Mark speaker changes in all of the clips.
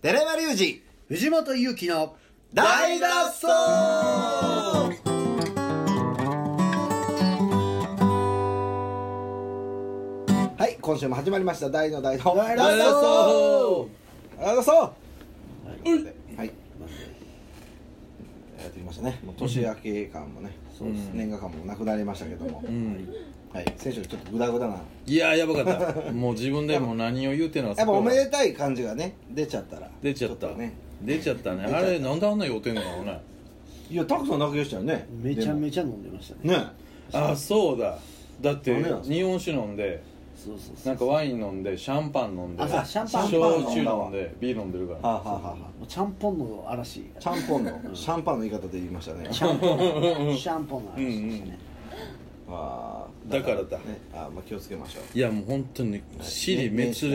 Speaker 1: 寺山隆二
Speaker 2: 藤本勇樹の
Speaker 1: 大脱走はい今週も始まりました大の大の大
Speaker 2: 脱走
Speaker 1: 大脱走はいやってきましたねもう年明け感もね、年賀感もなくなりましたけども、はい先週ちょっとグダグダない
Speaker 3: ややばかったもう自分でも何を言うてんのは
Speaker 1: やっぱおめでたい感じがね出ちゃったら
Speaker 3: 出ちゃった
Speaker 1: ょとね
Speaker 3: 出ちゃったね
Speaker 1: 出ちゃ
Speaker 3: あ
Speaker 1: った
Speaker 3: れなんであんな酔うてんのやろね
Speaker 1: いやたくさん泣きましたよね
Speaker 2: めちゃ
Speaker 1: ち
Speaker 2: めちゃ飲んでましたね
Speaker 1: ゃね
Speaker 3: あそうだだって
Speaker 1: なんでなんですか
Speaker 3: 日本酒飲んで
Speaker 2: そうそうそう
Speaker 3: なんかワイン飲んでシャンパン飲んで
Speaker 2: あシャンパン
Speaker 3: 焼酎飲んでビール飲んでるから
Speaker 1: はあ、はあはあはあ
Speaker 2: もうちゃんぽんの嵐
Speaker 1: シャンポンのシャンパンの言い方で言いましたね
Speaker 2: ちゃんぽんのシャンポンの嵐でしたね
Speaker 1: あー
Speaker 3: だからだ
Speaker 1: ねあーまあ気をつけましょう
Speaker 3: いやもう本当に尻滅裂う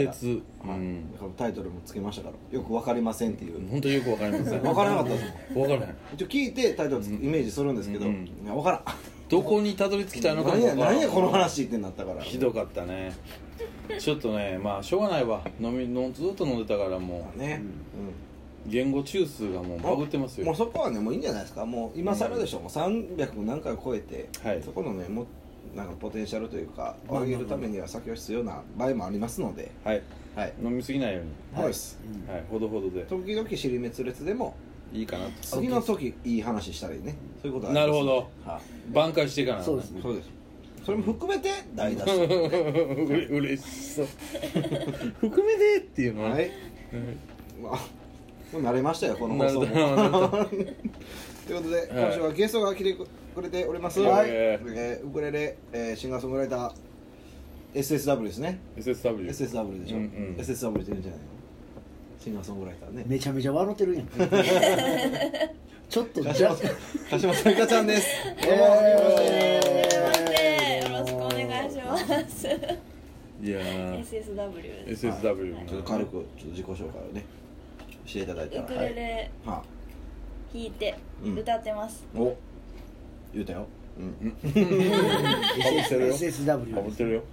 Speaker 1: はい
Speaker 3: ん
Speaker 1: だからタイトルもつけましたからよくわかりませんっていう
Speaker 3: 本当よくわかりません
Speaker 1: わからなかったです
Speaker 3: わからへん
Speaker 1: 一応聞いてタイトルつイメージするんですけど
Speaker 3: うん
Speaker 1: いやわからん
Speaker 3: どこにたどり着きたのかも
Speaker 1: 何
Speaker 3: わ
Speaker 1: や
Speaker 3: からん
Speaker 1: 何やこの話ってなったから
Speaker 3: ひどかったねちょっとねまあしょうがないわ飲みのずっと飲んでたからも
Speaker 1: ね
Speaker 3: う言語中枢がもう
Speaker 1: うん
Speaker 3: バグってます
Speaker 1: もう
Speaker 3: よ
Speaker 1: そこはねもういいんじゃないですかもう今更でしょもう300何回を超えて
Speaker 3: はい
Speaker 1: そこのねもうなんかポテンシャルというか上げるためには酒は必要な場合もありますので
Speaker 3: はい
Speaker 1: はい
Speaker 3: 飲みすぎないように
Speaker 1: そうです
Speaker 3: はい、ほどほどで
Speaker 1: 時々尻滅裂でも
Speaker 3: いいかなと
Speaker 1: 次の時いい話したりねそういうことはあり
Speaker 3: な
Speaker 1: ます
Speaker 3: るほど
Speaker 1: は
Speaker 3: 挽回していかない
Speaker 2: そうですね
Speaker 1: いそうですそれも含めて大脱走
Speaker 3: うれ 嬉しそう含めでっていうのは、
Speaker 1: は
Speaker 3: ね
Speaker 1: いまあもう慣れましたよこの
Speaker 3: な
Speaker 1: 放送
Speaker 3: るほど
Speaker 1: も
Speaker 3: な るほど
Speaker 1: ということで今週はゲストが来てくれております
Speaker 3: は
Speaker 1: はいいえーウクレレえーシンガーソングライター SSW ですね
Speaker 3: SSW
Speaker 1: SSW でしょ
Speaker 3: うんうん
Speaker 1: SSW って言うんじゃないのシンガーソングライターね
Speaker 2: めちゃめちゃ笑ってるやんちょっと
Speaker 1: 鹿
Speaker 2: じゃ
Speaker 1: 島鹿島さゆかちゃん ですどうも
Speaker 2: え
Speaker 4: よろしくお願いします。
Speaker 3: いやー
Speaker 4: SSW です。
Speaker 3: SSW
Speaker 4: はい
Speaker 1: ちょっと軽くちょっと自己紹介をねしていただいた
Speaker 4: ウ
Speaker 1: ら
Speaker 4: クレレ
Speaker 1: は
Speaker 4: 弾いて
Speaker 1: うん
Speaker 4: 歌ってます。
Speaker 1: い、お言うたよ、うん、
Speaker 3: かぶってるよ
Speaker 2: SSW
Speaker 3: かぶってるよ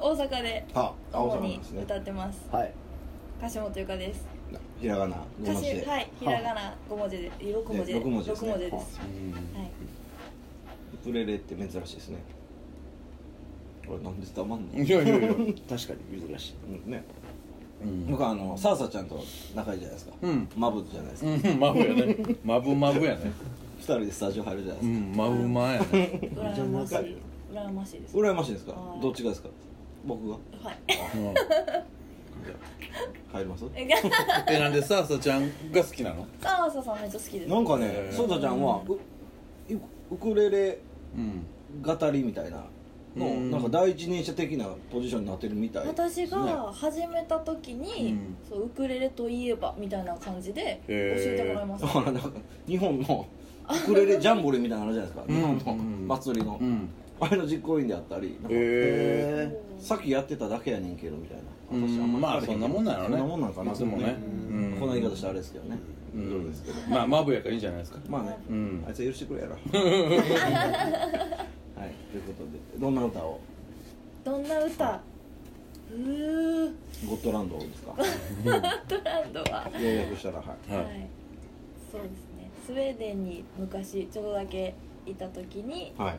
Speaker 4: 大阪で
Speaker 1: はあ青
Speaker 4: 主
Speaker 1: 空なん
Speaker 4: に
Speaker 1: ですね
Speaker 4: 歌ってます。
Speaker 2: はい
Speaker 4: 柏本ゆかです。
Speaker 1: ひらがな5文字
Speaker 4: 柏
Speaker 1: で、
Speaker 4: はいひらがな五文字で六文字で
Speaker 1: 六文字ですね
Speaker 4: 六です。はい。
Speaker 1: ウクレレって珍しいですねこれなんで黙んの、
Speaker 3: うんいやいやいや
Speaker 2: 確かに珍しい
Speaker 1: うん、ね
Speaker 3: うん
Speaker 1: 僕はあのサーサちゃんと仲いいじゃないですか、
Speaker 3: うん
Speaker 1: マブじゃないですか、
Speaker 3: うんマブやねマブマブやね
Speaker 1: 二人でスタジオ入るじゃないうですか、
Speaker 3: んマブマやね
Speaker 4: 羨ましい
Speaker 2: 仲いい。
Speaker 4: 羨ましいです。
Speaker 1: うら羨ましいですか
Speaker 4: はい
Speaker 1: どっちがですか僕が
Speaker 4: はい。
Speaker 3: うん
Speaker 1: 入ります
Speaker 4: えが
Speaker 3: えなんでサーサちゃんが好きなの
Speaker 4: サーサさんめっちゃ好きです。
Speaker 1: なんかね
Speaker 3: へー
Speaker 1: サーサちゃんはウウウクレレ
Speaker 3: うん
Speaker 1: 語りみたいなの
Speaker 3: うん
Speaker 1: なんか第一人者的なポジションになってるみたい
Speaker 4: 私が始めた時に、
Speaker 3: うん
Speaker 4: そうウクレレといえばみたいな感じで教えてもらいました、
Speaker 1: だからなんか日本のウクレレジャンボリーみたいなのあるじゃないですか
Speaker 3: うん
Speaker 1: 日本の祭りの
Speaker 3: うん
Speaker 1: あれの実行委員であったりなんか
Speaker 3: へえ
Speaker 2: え
Speaker 1: さっきやってただけやねんけどみたいな
Speaker 3: うん
Speaker 1: ん
Speaker 3: まあ
Speaker 1: 分からへ
Speaker 3: そんなもんなのね
Speaker 1: そんなもんなんかない
Speaker 3: つもねうん
Speaker 1: こんな言い方したらあれですけどね
Speaker 3: うん
Speaker 1: どうですけど
Speaker 3: まあマブやからいいんじゃないですか
Speaker 1: まあね
Speaker 3: うん
Speaker 1: あいつは許してくれや ろはいということでどんな歌を
Speaker 4: どんな歌うー
Speaker 1: ゴッドランドです か
Speaker 4: トランドは、
Speaker 1: 要約したらはい
Speaker 3: は
Speaker 4: はいい、そうですねスウェーデンに昔ちょっとだけいた時に
Speaker 1: は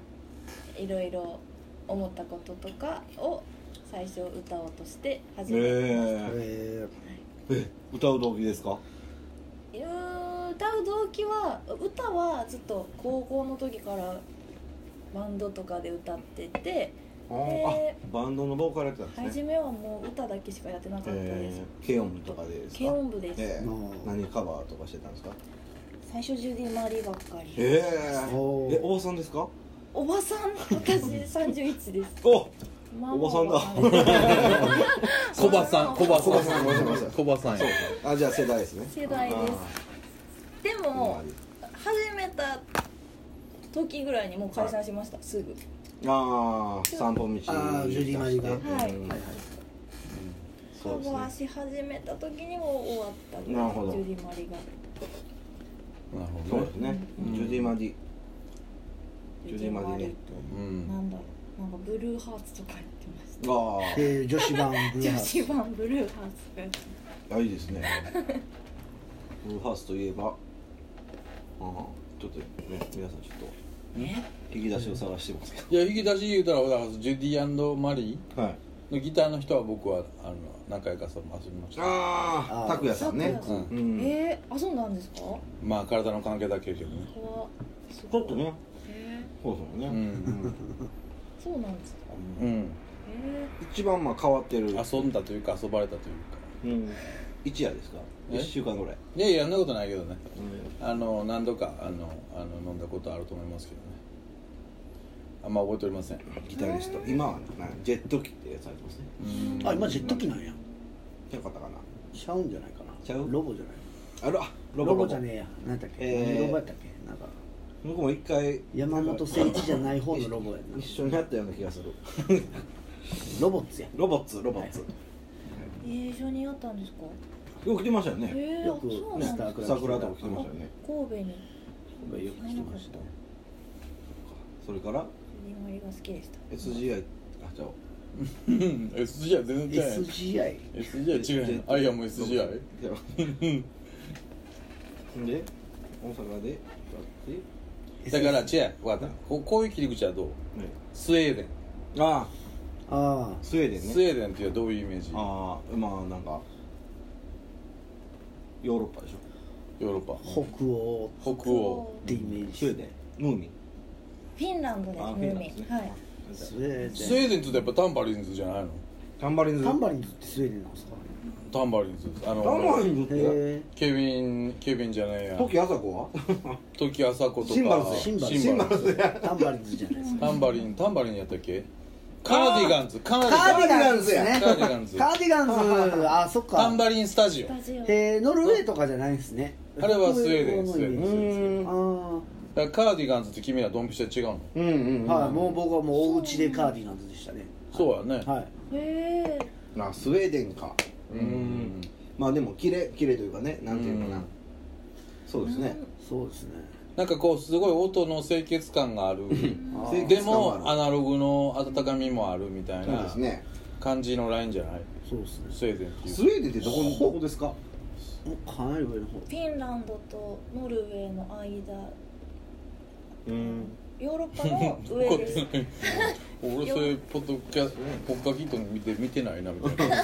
Speaker 1: い
Speaker 4: いろいろ思ったこととかを最初歌おうとして始めてまし
Speaker 1: え
Speaker 2: え
Speaker 1: ーえ歌う動機ですか
Speaker 4: た、いやー歌う動機は歌はずっと高校の時からバンドとかで歌ってて
Speaker 1: あ
Speaker 4: ー
Speaker 1: バンドのボーカルやってたんですね
Speaker 4: 初めはもう歌だけしかやってなかったです
Speaker 1: えー、軽音とかでですか
Speaker 4: 軽音部です、
Speaker 1: ええ
Speaker 2: うん
Speaker 1: 何カバーとかしてたんですか
Speaker 4: 最初ジュディ・マリーばっかり、
Speaker 1: ええ
Speaker 2: おー
Speaker 1: えおばさんですか
Speaker 4: おばさん私31です
Speaker 1: お
Speaker 4: ま
Speaker 1: おばさんだ
Speaker 4: おばさんです
Speaker 3: 小バさん小バ
Speaker 1: 小バさんごめんな
Speaker 3: さ
Speaker 1: さ
Speaker 3: ん
Speaker 1: い
Speaker 3: 小バさんや
Speaker 1: あじゃあ世代ですね
Speaker 4: 世代ですで
Speaker 1: あー
Speaker 4: も始めた時ぐらいにもう解散しました、すぐ
Speaker 1: あー散歩道
Speaker 2: あージュディマリが
Speaker 4: はい
Speaker 1: うん
Speaker 4: カ
Speaker 1: そうです
Speaker 4: バー
Speaker 1: ね
Speaker 4: し始めた時にも終わったぐ
Speaker 1: な
Speaker 4: ら
Speaker 1: るほ
Speaker 4: い
Speaker 1: ど
Speaker 4: ジュディ・マリが
Speaker 3: なる
Speaker 1: そ
Speaker 3: ほ
Speaker 1: う
Speaker 3: ど
Speaker 1: です
Speaker 3: ね
Speaker 1: ねジュディマリジュディ・マリね
Speaker 3: う
Speaker 4: と
Speaker 3: ん
Speaker 4: なんだろうなんかブルーハーツとかやってました
Speaker 1: ああ
Speaker 2: えー女子版ブルー
Speaker 4: 女
Speaker 2: ハーツ
Speaker 4: 子版ブルーハーツとかやってま
Speaker 1: あ
Speaker 4: し
Speaker 1: いいですねブルーハースといえばああちょっとね皆さんちょっと引き出しを探してますけ
Speaker 3: いや引き出し言うたらほらジュディマリ
Speaker 1: どはい
Speaker 3: ーのギターの人は僕はあの仲良かさも遊びました
Speaker 1: あ
Speaker 2: あ
Speaker 1: あ拓也さんね
Speaker 4: 拓
Speaker 3: 也さ
Speaker 1: うんん
Speaker 4: えー、あそうなんですか怖っ
Speaker 3: まあ体の関係だけやけどね
Speaker 4: す
Speaker 1: ち
Speaker 4: ご
Speaker 1: ょ
Speaker 4: い
Speaker 1: っとね
Speaker 4: え
Speaker 1: そうそう
Speaker 3: う
Speaker 1: ね、
Speaker 3: ん、
Speaker 4: ー、そうなんですか
Speaker 3: うん、
Speaker 4: え
Speaker 1: 一番まあ変わってる、
Speaker 3: 遊んだというか遊ばれたというか
Speaker 1: うん、一夜ですか
Speaker 3: え
Speaker 1: 一週間ぐらい、
Speaker 3: いやいやそんなことないけどね
Speaker 1: うん
Speaker 3: あの何度かあのあの飲んだことあると思いますけどねあんま覚えておりません
Speaker 1: ギタリスト今はなジェット機ってやつありますね
Speaker 3: うん
Speaker 2: あ今ジェット機なんや
Speaker 1: よかったかな
Speaker 2: ちゃうんじゃないかな
Speaker 1: ちゃう
Speaker 2: ロボじゃない
Speaker 1: あらあ
Speaker 2: ロ
Speaker 1: ロ
Speaker 2: ボ
Speaker 1: ボロボ
Speaker 2: じゃねえや何だっけ、
Speaker 1: えー
Speaker 2: ロボやったっけなんか
Speaker 1: 僕も一回
Speaker 2: 山本誠一じゃない方のロボやな
Speaker 1: 一緒にやったような気がする
Speaker 2: ロボッツや
Speaker 1: ロボッツロボッツ、
Speaker 4: ー、一緒にやったんですか
Speaker 1: よく来てましたよ
Speaker 4: え
Speaker 1: ね、
Speaker 4: ー、
Speaker 2: よ
Speaker 4: あ
Speaker 2: く
Speaker 4: そう
Speaker 2: ね
Speaker 4: なんですか
Speaker 2: ー
Speaker 1: 桜とか来てましたよね
Speaker 4: 神戸に
Speaker 2: よく来てました
Speaker 1: それから
Speaker 4: ジュディマリが好きでした
Speaker 1: SGI あじゃあ
Speaker 3: うん SGI 全然違う
Speaker 2: SGI
Speaker 3: SGI 違うやんアイアム SGI
Speaker 1: じゃあで大阪でやって、ね、
Speaker 3: だから違うわかったここういう切り口はどうスウェーデン
Speaker 1: ああ
Speaker 2: ああ
Speaker 1: スウェーデンね
Speaker 3: スウェーデンっていうのはどういうイメージヨ
Speaker 1: ああまあなんかヨーロッパでしょ
Speaker 3: ーロッパ
Speaker 2: 北欧
Speaker 3: 北欧
Speaker 2: ってイメージ
Speaker 1: スウェーデンムーミン
Speaker 4: フィンランドです
Speaker 1: あ
Speaker 4: ム
Speaker 1: フィン
Speaker 4: ー
Speaker 1: ラン
Speaker 4: ミ
Speaker 1: ド
Speaker 4: ン、
Speaker 1: ですね
Speaker 4: はい
Speaker 2: スウェ
Speaker 3: スウェ
Speaker 2: ー
Speaker 3: ーデン
Speaker 2: デ
Speaker 3: って言うとやっぱタンバリンズじゃないの
Speaker 1: タンバリン
Speaker 2: ン
Speaker 1: ズ
Speaker 2: タンバリンズってスウェーデンなんですか
Speaker 3: タンバリンズですあの
Speaker 1: タンバリンズって
Speaker 2: へえ
Speaker 3: ケビンケビンじゃないや
Speaker 1: 時あさこは
Speaker 3: 時朝子とか
Speaker 1: シンバルズ
Speaker 2: シンバル
Speaker 3: シンバルズ
Speaker 2: ズタンバリンズじゃないですか
Speaker 3: タンバリンタンバリンやったっけカーディガンズカーディ
Speaker 2: カー
Speaker 3: ガン
Speaker 2: デ
Speaker 3: ズ
Speaker 2: ィガンズやね
Speaker 3: カーディガンズ
Speaker 2: カーディガン ズあそっか
Speaker 3: タンバリンスタジ
Speaker 4: スタ
Speaker 3: オ
Speaker 4: ジオ
Speaker 2: えー、ノルウェーとかじゃないんですね
Speaker 3: あれはスウェーデンスウェーデン
Speaker 2: あ
Speaker 3: スウェーデン
Speaker 2: あー
Speaker 3: だからカーディガンズって君らドンピシャ違うの
Speaker 1: うんうん
Speaker 2: はい、もう僕はもうお家でカーディガンズでしたね
Speaker 3: そうやね
Speaker 2: はい
Speaker 4: え
Speaker 1: あスウェーデンか
Speaker 3: うん
Speaker 1: まあでも綺麗綺麗というかねなんていうのかな、
Speaker 3: うん
Speaker 1: そうですね
Speaker 2: そうですね
Speaker 3: なんかこうすごい音の清潔感がある
Speaker 2: あ
Speaker 1: 清
Speaker 3: で
Speaker 1: 潔感
Speaker 3: も
Speaker 1: はあ
Speaker 3: ア
Speaker 1: る
Speaker 3: ナログの温かみもあるみたい
Speaker 1: そうで
Speaker 3: な
Speaker 1: すね
Speaker 3: 感じのラインじゃない
Speaker 2: そうですね
Speaker 3: スウェーデンっていう
Speaker 1: スウェーデンってどこのどこですか
Speaker 2: もうかなり上の方
Speaker 4: ー、フィンランドとノルウェーの間
Speaker 1: うん
Speaker 4: ヨーロッパの上
Speaker 3: 怒っ
Speaker 4: です
Speaker 3: てない俺それポッドキャストポッカキット見て見てないなみたいな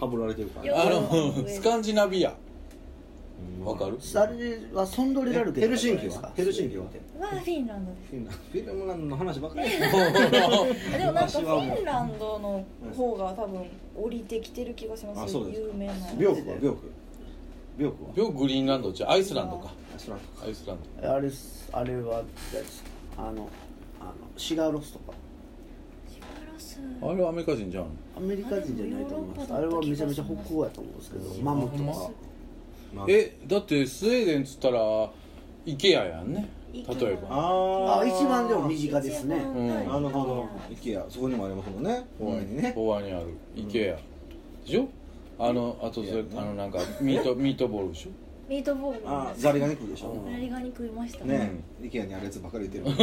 Speaker 1: はぶられてるからね
Speaker 3: あのスカンジナビア
Speaker 1: うん
Speaker 3: わかる
Speaker 2: あれはソンドレラルケ
Speaker 1: ヘルシンキ
Speaker 2: です
Speaker 1: は
Speaker 2: か
Speaker 1: ヘルシンキは
Speaker 4: はフィンランドで
Speaker 1: フィンランドフィンランドの話ばっかりや
Speaker 4: すでもなんか
Speaker 1: 昔
Speaker 4: フ
Speaker 1: はもう
Speaker 4: ィンランドの方が多分降りてきてる気がしま
Speaker 1: あ
Speaker 4: す
Speaker 1: そうですか
Speaker 4: 有名な
Speaker 1: ビョークはビョークビョークは
Speaker 3: よくグリーンランドじゃアイスランドか
Speaker 1: あ知らん
Speaker 3: アイスラン
Speaker 2: あれっすあれは誰ですかあのあのシガーロスとか
Speaker 4: シバロス
Speaker 3: ドあれはアメリカ人じゃん
Speaker 2: アメリカ人じゃないと思います
Speaker 4: あ
Speaker 2: あ
Speaker 4: れ
Speaker 2: れ
Speaker 4: もヨ
Speaker 2: は
Speaker 4: ーロッパだった
Speaker 2: めちゃめちゃ北欧やと思うんですけどマムと
Speaker 3: ほん
Speaker 2: か
Speaker 3: ま
Speaker 1: まあ
Speaker 3: えだってスウェーデンっつったらイケアやんね例
Speaker 4: IKEA
Speaker 3: えば
Speaker 1: あ
Speaker 2: あ一番でも身
Speaker 1: い
Speaker 2: 近ですね
Speaker 4: 一番はい
Speaker 1: なるほど IKEA そこにもありますもんねホワイにね
Speaker 3: フォアにあるイケアでしょあのあとそれ
Speaker 1: IKEA ね
Speaker 3: あのなんかミートミートボールでしょ
Speaker 4: ミートボール
Speaker 1: あーザリガニ食うでしょ
Speaker 4: ザリガニ食いました
Speaker 1: ねえ IKEA にあるやつばっかり言ってる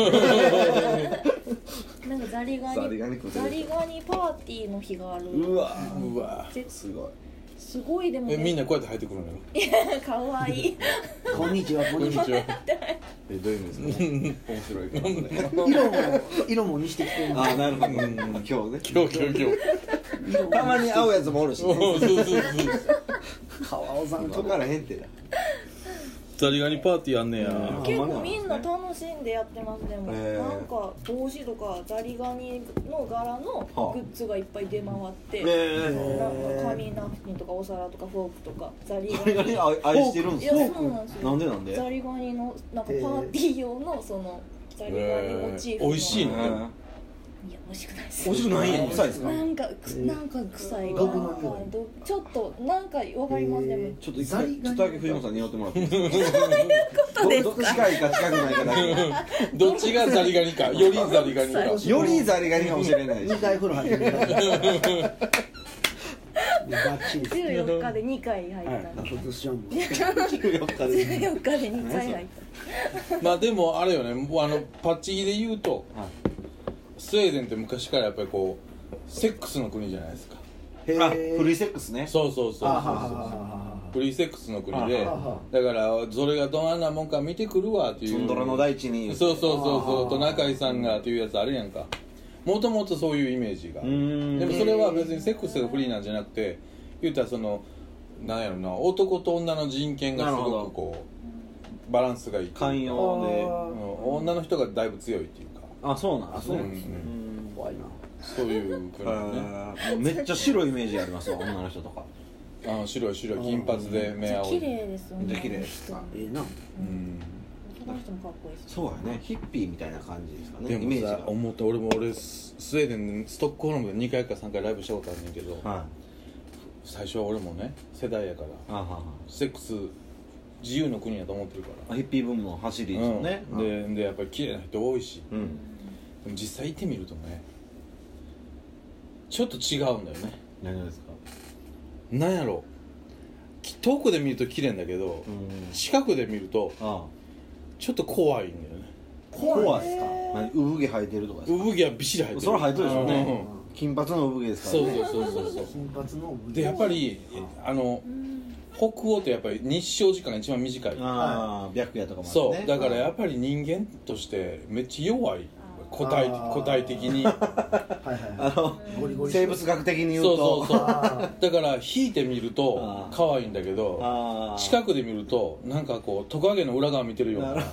Speaker 4: なんかザリガニ
Speaker 1: ザリガニ食うてる
Speaker 4: ザリガニパーティーの日がある
Speaker 1: うわ
Speaker 3: うわ
Speaker 4: ぜ
Speaker 1: すごい
Speaker 4: すごいでも
Speaker 3: えみん
Speaker 4: な
Speaker 3: なこうやって入ってくるのよ
Speaker 4: かわい い
Speaker 2: こんにちはこ
Speaker 3: こ
Speaker 2: ん
Speaker 3: ん
Speaker 2: に
Speaker 3: に
Speaker 2: ち
Speaker 3: ち
Speaker 2: は
Speaker 3: は
Speaker 1: えどういう意味ですかね面白いからね
Speaker 2: 色も色もにしてきてる
Speaker 1: あーなるほどうん今日ね
Speaker 3: 今日今日今日
Speaker 1: たまに会うやつもおるしね
Speaker 3: そうそうそう
Speaker 2: 川尾さんと
Speaker 1: 分
Speaker 2: か
Speaker 1: からへんってだ
Speaker 3: ザリガニパーティーやんね
Speaker 1: うん
Speaker 3: や
Speaker 4: 結構みんな楽しんでやってますでも、
Speaker 1: へー
Speaker 4: なんか帽子とかザリガニの柄
Speaker 1: は
Speaker 4: の
Speaker 1: あ
Speaker 4: グッズがいっぱい出回って、
Speaker 1: え
Speaker 4: なんか紙ナフキンとかお皿とかフォークとかザリ
Speaker 1: ザリガ
Speaker 4: ガニ
Speaker 1: ニ愛愛してるん
Speaker 4: い
Speaker 1: です
Speaker 4: や
Speaker 1: ね
Speaker 4: そうなんですよ
Speaker 1: なんでなんで
Speaker 4: ザリガニのなんかパ
Speaker 2: へー
Speaker 4: ーティー用のそのザリガニモチーフの、
Speaker 3: へー美味しいの
Speaker 1: うん
Speaker 4: いや美味しくないです
Speaker 1: 美味しくない
Speaker 3: うん
Speaker 1: 臭いですか
Speaker 4: なんかくなんか臭い、
Speaker 2: えー
Speaker 4: なんか
Speaker 2: 毒の匂い
Speaker 4: どちょっとなんかわかりますでも、
Speaker 2: え
Speaker 1: ちょっと一回ちょっとだけ藤本さんに寄ってもらっていいですか
Speaker 4: と
Speaker 1: ど
Speaker 4: です
Speaker 1: ど
Speaker 4: か
Speaker 1: っちがいいか近くないかだけ
Speaker 3: どっちがザリガニかよりザリガニか
Speaker 4: そう
Speaker 1: よりザリガニかもしれないし
Speaker 2: 2回風呂入ってるバッチリです
Speaker 4: 14日で2回入った、
Speaker 2: 今年はもう
Speaker 1: 14日です
Speaker 4: 14日で2回入っ
Speaker 3: まあでもあれよねあのパッチギで言うと
Speaker 1: は
Speaker 3: スウェーデンって昔からやっぱりこうセックスの国じゃないですか
Speaker 4: た
Speaker 2: へ
Speaker 1: あ
Speaker 2: え
Speaker 1: フリーセックスね
Speaker 3: そうそうそうそう
Speaker 2: あはは
Speaker 3: そう
Speaker 2: は
Speaker 3: フリーセックスの国
Speaker 1: あ
Speaker 3: で
Speaker 2: はは
Speaker 3: だからそれがどんなもんか見てくるわっていう
Speaker 1: ツンドラの大地に
Speaker 3: そうそうそう
Speaker 2: あ
Speaker 3: そう
Speaker 2: ー
Speaker 3: トナカイさんがっていうやつあるやんかもともとそういうイメージが
Speaker 1: うーん
Speaker 3: でもそれは別にセックスがフリーなんじゃなくて言うたらそのなんやろな男と女の人権がす
Speaker 1: なるほ
Speaker 3: ご
Speaker 1: ど
Speaker 3: くこうバランスがいいというか
Speaker 1: 寛容で
Speaker 3: う
Speaker 2: あ
Speaker 3: ん女の人がだいぶ強いっていうか
Speaker 1: あそうなんですね
Speaker 3: あそうなんですね
Speaker 1: うん
Speaker 2: 怖いな
Speaker 3: そういう国ね
Speaker 1: あーもうめっちゃ白いイメージありますわ女の人とか
Speaker 3: あの白い白い金髪で目
Speaker 4: じゃあ
Speaker 3: 青
Speaker 4: 綺
Speaker 3: い
Speaker 4: 麗ですよね
Speaker 1: めっちゃ綺麗です
Speaker 4: あの人
Speaker 2: ええな
Speaker 3: う
Speaker 4: うん
Speaker 3: ん
Speaker 4: 男の人もかっこいいし
Speaker 1: そうやねヒッピーみたいな感じですかね
Speaker 3: で
Speaker 1: イメー
Speaker 3: も
Speaker 1: ジ
Speaker 3: さ
Speaker 1: が
Speaker 3: 思った俺も俺ススウェーデンでストックホルムで2回か3回ライブしたことあるねんけど
Speaker 1: はい
Speaker 3: 最初は俺もね世代やから
Speaker 1: あはは
Speaker 3: セックス自由の国やと思ってるから
Speaker 1: あヒッピーブームの走りですよね、
Speaker 3: うんででやっぱり綺麗な人多いし
Speaker 1: うん
Speaker 3: でも実際行ってみるとねちょっと違うんだよね
Speaker 1: 何がですか
Speaker 3: なんやろき遠くで見ると綺麗んだけど
Speaker 1: うん
Speaker 3: 近くで見ると
Speaker 1: あ
Speaker 3: ちょっと怖いんだよね
Speaker 1: 怖いですか
Speaker 4: へー
Speaker 1: 何産毛生えてるとかですか
Speaker 3: 産毛はびっしり生えてる
Speaker 1: それ生えてるでしょうね、
Speaker 3: うん
Speaker 1: 金髪の産毛ですから
Speaker 3: そう
Speaker 1: ね
Speaker 3: そうそうそうそう
Speaker 2: 金髪の
Speaker 3: でやっぱりあの
Speaker 4: うん
Speaker 3: 北欧ってやっぱり日照時間が一番短い
Speaker 1: ああ、白夜とかもあって
Speaker 3: そ
Speaker 1: ね
Speaker 3: うだからやっぱり人間としてめっちゃ弱い個体
Speaker 2: あー
Speaker 3: 個体的に
Speaker 2: はいはい
Speaker 1: あ
Speaker 2: は
Speaker 1: の
Speaker 2: いゴリゴリ
Speaker 1: 生物学的に言う
Speaker 3: そう
Speaker 1: と
Speaker 3: そうそう
Speaker 2: あ
Speaker 3: だから引いてみると
Speaker 1: あー
Speaker 3: 可愛いんだけど
Speaker 1: ああ
Speaker 3: 近くで見るとなんかこうトカゲの裏側見てるような
Speaker 1: なる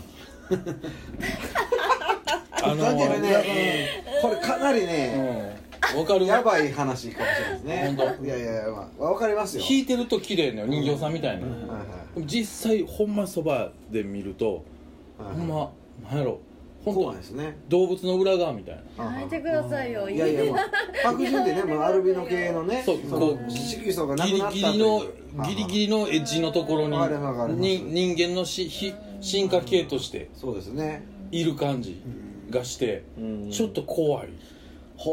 Speaker 3: あの
Speaker 1: だけどね、これかなりね、
Speaker 3: うんわかる
Speaker 1: やばい話かもしれないですね
Speaker 3: 本当
Speaker 1: いやいやいやまあわかりますよ
Speaker 3: 引いてると綺麗なよ人形さんみたいな
Speaker 1: はいはい
Speaker 3: でも実際ほんまそばで見ると
Speaker 1: はい
Speaker 3: ほ
Speaker 1: はい
Speaker 3: んまなんやろほん
Speaker 1: 怖いで
Speaker 3: と
Speaker 1: すね
Speaker 3: 動物の裏側みたいな
Speaker 1: あ
Speaker 4: やめてくださいよ
Speaker 1: いやいやまあ白人ってねもうアルビノ系のね
Speaker 3: そうこう
Speaker 1: 色素がな
Speaker 3: ギ
Speaker 1: く
Speaker 3: リ
Speaker 1: なった
Speaker 3: ギリのギリギ
Speaker 1: リ
Speaker 3: リのエッジのところ
Speaker 1: わかりますわかります
Speaker 3: にに人間のしひ進化系として
Speaker 1: そうですね
Speaker 3: いる感じがしてちょっと怖い
Speaker 4: い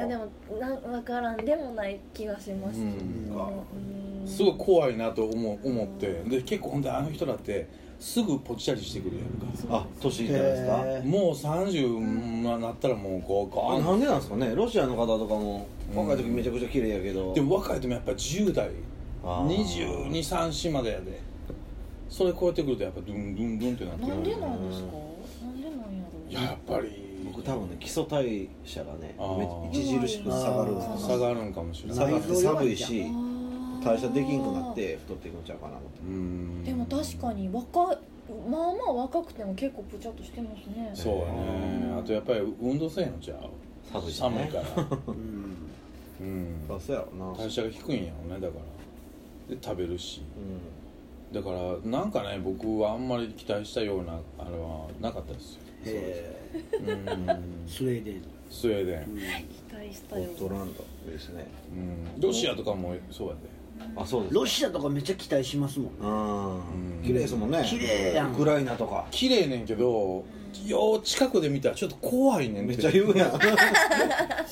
Speaker 4: やで
Speaker 1: は
Speaker 4: もな分からんでもない気がします、
Speaker 3: う
Speaker 4: うんん
Speaker 3: すごい怖いなと思う思ってで結構ほんであの人だってすぐぽっちゃりしてくるやんか
Speaker 1: ああ年い
Speaker 2: ー
Speaker 1: ったらですか
Speaker 2: へー
Speaker 3: もう30なったらもうこうガ
Speaker 1: あ
Speaker 3: ーン
Speaker 1: なんでなんですかねロシアの方とかも
Speaker 3: うん
Speaker 1: 若い時めちゃくちゃ綺麗やけど
Speaker 3: でも若いともやっぱ10代
Speaker 1: あー
Speaker 3: 223歳までやでそれ超えてくるとやっぱドゥンドゥンドゥンってなって
Speaker 4: なん
Speaker 3: くる
Speaker 4: でなんですかなんでなんやろ
Speaker 3: やっぱり
Speaker 1: 僕多分ね基礎代謝がね
Speaker 3: あー
Speaker 1: め著しく下がるんです
Speaker 3: 差があるんかもしれ
Speaker 1: よ
Speaker 3: な
Speaker 1: 下
Speaker 3: い
Speaker 1: がって寒いし
Speaker 4: あー
Speaker 1: 代謝できんくなって太っていくんちゃうかな思って
Speaker 3: うん
Speaker 4: でも確かに若いまあまあ若くても結構ぷちゃっとしてますね
Speaker 3: そうやねあとやっぱり運動せえのちゃ
Speaker 1: 寒
Speaker 3: う
Speaker 1: いしね
Speaker 3: 寒いから
Speaker 2: うん
Speaker 3: うん
Speaker 1: あそうやろな
Speaker 3: 代謝が低いんやろねだからで食べるしだからなんかね僕はあんまり期待したようなあれはなかったですよ
Speaker 2: へえ
Speaker 3: うん
Speaker 2: スウェーデン
Speaker 3: スウェーデン、
Speaker 4: 期待した
Speaker 1: うん
Speaker 4: よ
Speaker 1: ゴットランドいいですね
Speaker 3: うん、ロシアとかもそうやで
Speaker 1: あそうです
Speaker 2: ロシアとかめっちゃ期待しますもんね
Speaker 1: うん綺麗ですもんね
Speaker 2: 綺麗やん
Speaker 1: ウクライナとか
Speaker 3: 綺麗ねんけどよう近くで見たらちょっと怖いねん
Speaker 1: めっちゃ言うやん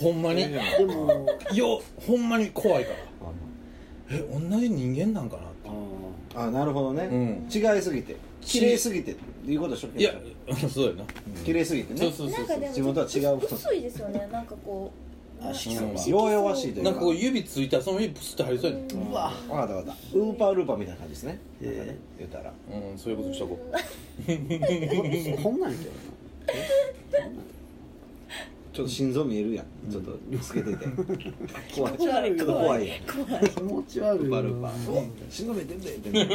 Speaker 3: ほんまによ
Speaker 2: でも
Speaker 3: うほんまに怖いからえ同じ人間なんかなって
Speaker 2: あー
Speaker 1: あなるほどね、
Speaker 3: うん
Speaker 1: 違いすぎて綺麗すぎてっていうことでしょ
Speaker 3: いや そうやな
Speaker 1: 綺麗すぎてね
Speaker 3: そうそう
Speaker 4: な
Speaker 3: そ
Speaker 4: ん
Speaker 3: う
Speaker 4: か
Speaker 3: そう
Speaker 4: でも
Speaker 1: 地元は違う
Speaker 4: 薄いですよねなんかこう
Speaker 2: あ色素が
Speaker 4: うん
Speaker 1: 弱々しいという
Speaker 3: なんかこう指ついたらその指プスって入りそうやねん
Speaker 2: うわ
Speaker 1: わかったわかったウーパールーパーみたいな感じですね
Speaker 2: へ
Speaker 1: なん
Speaker 2: ー
Speaker 1: かね言うたら
Speaker 3: うんそういうことにしとこ
Speaker 2: ほんなんやけどな
Speaker 1: ちょっと心臓見えるやん、ちょっとつけてて 怖い
Speaker 2: 気持ち悪い
Speaker 1: ちょっと怖いやんウ
Speaker 2: 気持ち悪い
Speaker 1: ーパールーパーお心臓見えてるでってね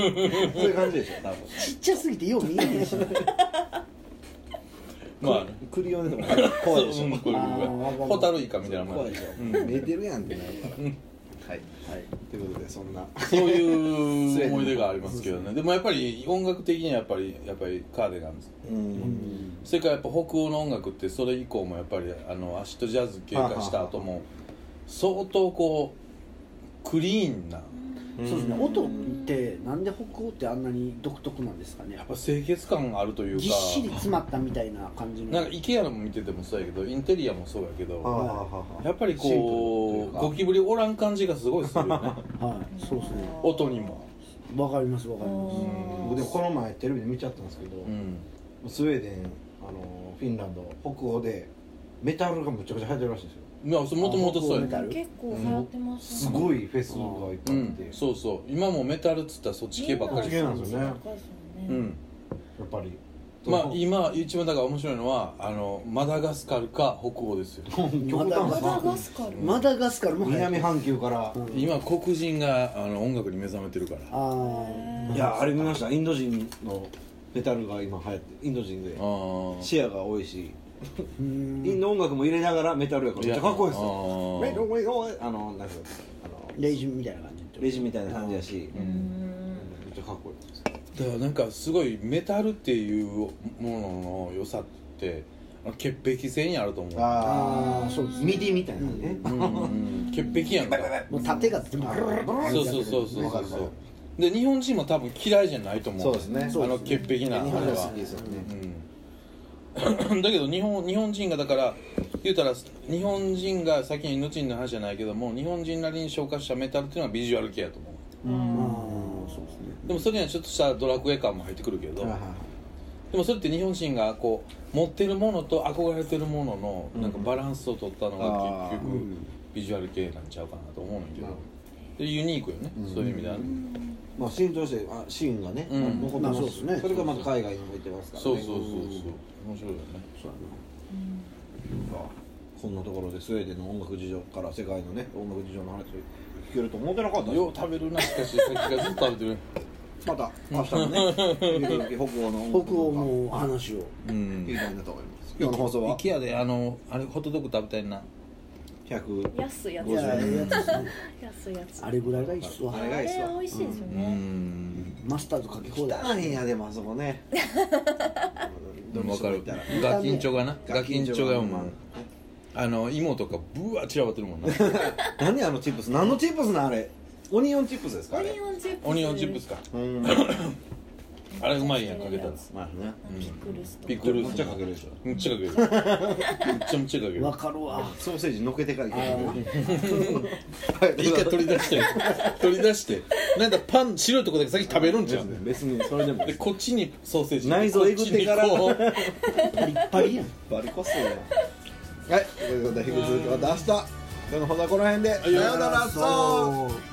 Speaker 1: そういう感じでしょ多分
Speaker 2: ちっちゃすぎてよう見えへんし
Speaker 3: うまあ
Speaker 1: クリオネとか怖いでしょ
Speaker 3: うんこれ
Speaker 2: あー
Speaker 3: ホタルイカみたいなもん
Speaker 1: 怖いでしょ見えてるやんってなるからはいということでそんな
Speaker 3: そういう思い出がありますけどねでもやっぱり音楽的にはやっぱりやっぱりカーディガンズ
Speaker 1: うん
Speaker 3: それからやっぱ北欧の音楽ってそれ以降もやっぱりあのアシッドジャズ経過した後も相当こうクリーンな
Speaker 2: そうですね音ってなんで北欧ってあんなに独特なんですかね
Speaker 3: やっぱ清潔感があるというか
Speaker 2: ぎっしり詰まったみたいな感じの
Speaker 3: なんか IKEA のも見ててもそうやけどインテリアもそうやけ
Speaker 1: あ
Speaker 3: ど
Speaker 1: あ
Speaker 3: やっぱりこ
Speaker 1: シ
Speaker 3: う
Speaker 1: ンプルというか
Speaker 3: ゴキブリおらん感じがすごいするよね
Speaker 2: はいそうですね
Speaker 3: 音にも
Speaker 2: わかりますわかります
Speaker 1: 僕でもこの前テレビで見ちゃったんですけど、
Speaker 3: うん
Speaker 1: スウェーデンあのフィンランド北欧でメタルがむちゃくちゃ流行ってるらしいんですよ
Speaker 3: いやそもともとそうやね
Speaker 2: ある
Speaker 4: 結構流行ってます
Speaker 1: す
Speaker 4: い
Speaker 1: ごいフェスがいっ
Speaker 3: う
Speaker 1: ぱいあって、
Speaker 3: んそうそう今もメタルっつったらそっち系ばっかり
Speaker 1: みんなんですよね
Speaker 3: うん
Speaker 1: やっぱり
Speaker 3: まあ今一番だから面白いのはあのマダガスカルか北欧です よ
Speaker 1: 極
Speaker 2: ま
Speaker 4: マ
Speaker 1: 端
Speaker 4: ダ
Speaker 1: な
Speaker 4: ガスカル
Speaker 2: マダガスカルも流行って
Speaker 1: 南
Speaker 2: る
Speaker 1: 半球から、
Speaker 2: うん
Speaker 3: 今黒人があの音楽に目覚めてるからあ
Speaker 2: あ
Speaker 1: い
Speaker 2: ー
Speaker 1: やあれ見ましたインド人のメタルが今流行ってインド人で
Speaker 3: ー
Speaker 1: シェアが多いし、イ
Speaker 2: うん
Speaker 1: ンド音楽も入れながらメタルやからめっちゃかっこいいですよ
Speaker 3: あー
Speaker 1: メタルメタルあのなんかあの
Speaker 2: レジみたいな感じ
Speaker 1: レジみたいな感じやし、
Speaker 4: う
Speaker 3: うん
Speaker 4: ん
Speaker 1: めっちゃかっこいいです
Speaker 3: だからなんかすごいメタルっていうものの良さってあの潔癖性にあると思う
Speaker 1: あ
Speaker 2: あーそうです
Speaker 1: ミディみたいなね、
Speaker 3: うんうん潔癖やんか
Speaker 2: もう縦が全部
Speaker 3: そうそうそうそう
Speaker 1: わか
Speaker 3: そ
Speaker 1: るわか
Speaker 3: うそうで日本人も多分嫌いじゃないと思う
Speaker 1: そうですね
Speaker 3: あの潔癖なあれ
Speaker 1: 日本人
Speaker 3: は
Speaker 1: 好きですよね、
Speaker 3: うん だけど日本日本人がだから言うたら日本人が先に後にの話じゃないけども日本人なりに消化したメタルっていうのはビジュアル系やと思う
Speaker 2: うんそうですね
Speaker 3: でもそれにはちょっとしたドラクエ感も入ってくるけど
Speaker 1: はいはい
Speaker 3: でもそれって日本人がこう持ってるものと憧れてるもののなんかバランスを取ったのが
Speaker 1: あー
Speaker 3: 結
Speaker 2: う
Speaker 3: 局
Speaker 2: ん
Speaker 3: ビジュアル系なんちゃうかなと思うねんだけ
Speaker 1: な
Speaker 3: ど
Speaker 1: るほ
Speaker 3: でユニークよね
Speaker 1: うん
Speaker 3: そういう意味ではね
Speaker 1: まあ浸透してあシーンがね、
Speaker 3: うん
Speaker 1: 残ってま
Speaker 2: まあそ
Speaker 1: す
Speaker 2: う
Speaker 1: し
Speaker 2: ですね
Speaker 1: それがまた海外にも行ってますからね
Speaker 3: そうそうそうそう
Speaker 1: うん
Speaker 3: 面白いよね
Speaker 2: そうや
Speaker 1: こんなところでスウェーデンの音楽事情から世界のね音楽事情の話を聞けると思ってなかったです
Speaker 3: よう食べるなしかしさっきからずっと食べてる
Speaker 1: また明日もね北欧の
Speaker 2: な北欧の話を
Speaker 3: うん
Speaker 1: 聞きたいなと思います今日の放送は
Speaker 3: IKEA であのあれホットドッグ食べたいな
Speaker 1: 100
Speaker 4: 安いやつ
Speaker 2: いやいや
Speaker 4: 安いやつ
Speaker 2: あれぐらいがいいっすわ
Speaker 1: あ
Speaker 4: あ
Speaker 1: れがいいっす
Speaker 4: れ
Speaker 1: わ
Speaker 4: 美味しいですよ
Speaker 3: う
Speaker 4: ね
Speaker 3: ん
Speaker 2: マスタードかけ放題
Speaker 1: 汚いんやでもあそこね うん
Speaker 3: 分か
Speaker 1: どうし
Speaker 3: る
Speaker 1: ても行っ
Speaker 3: ガキンチョがな
Speaker 1: たら
Speaker 3: ガキンチョがうまい
Speaker 1: ね
Speaker 3: あの芋とかブワー散らばってるもんな
Speaker 1: 何あのチップス何のチップスなんあれオニオンチップスですか
Speaker 4: オ
Speaker 1: あ
Speaker 4: ニ
Speaker 1: れ
Speaker 4: オンチップス
Speaker 3: オニオンチップスか
Speaker 1: うん
Speaker 3: あれうまいやんかけたら
Speaker 1: まあね
Speaker 4: ピクルスとか
Speaker 3: ピクル
Speaker 1: めっちゃかけるでしょ
Speaker 3: めっちゃかけるめっちゃめっちゃかける
Speaker 2: わかるわ
Speaker 1: ソーセージのけてからいけな
Speaker 2: あ
Speaker 1: い
Speaker 2: ー
Speaker 1: はい
Speaker 3: 一回取り出して取り出してなんかパン白いとこだけ先食べるんじゃん
Speaker 1: 別にそれでも
Speaker 3: でこっちにソーセージ
Speaker 1: 内臓えぐってから
Speaker 3: こっちにこ
Speaker 2: パリッパリやん
Speaker 1: バリコスやはいということで引き続きまた明日今日の放送はこの辺でさ
Speaker 3: う
Speaker 1: ようならそう
Speaker 2: う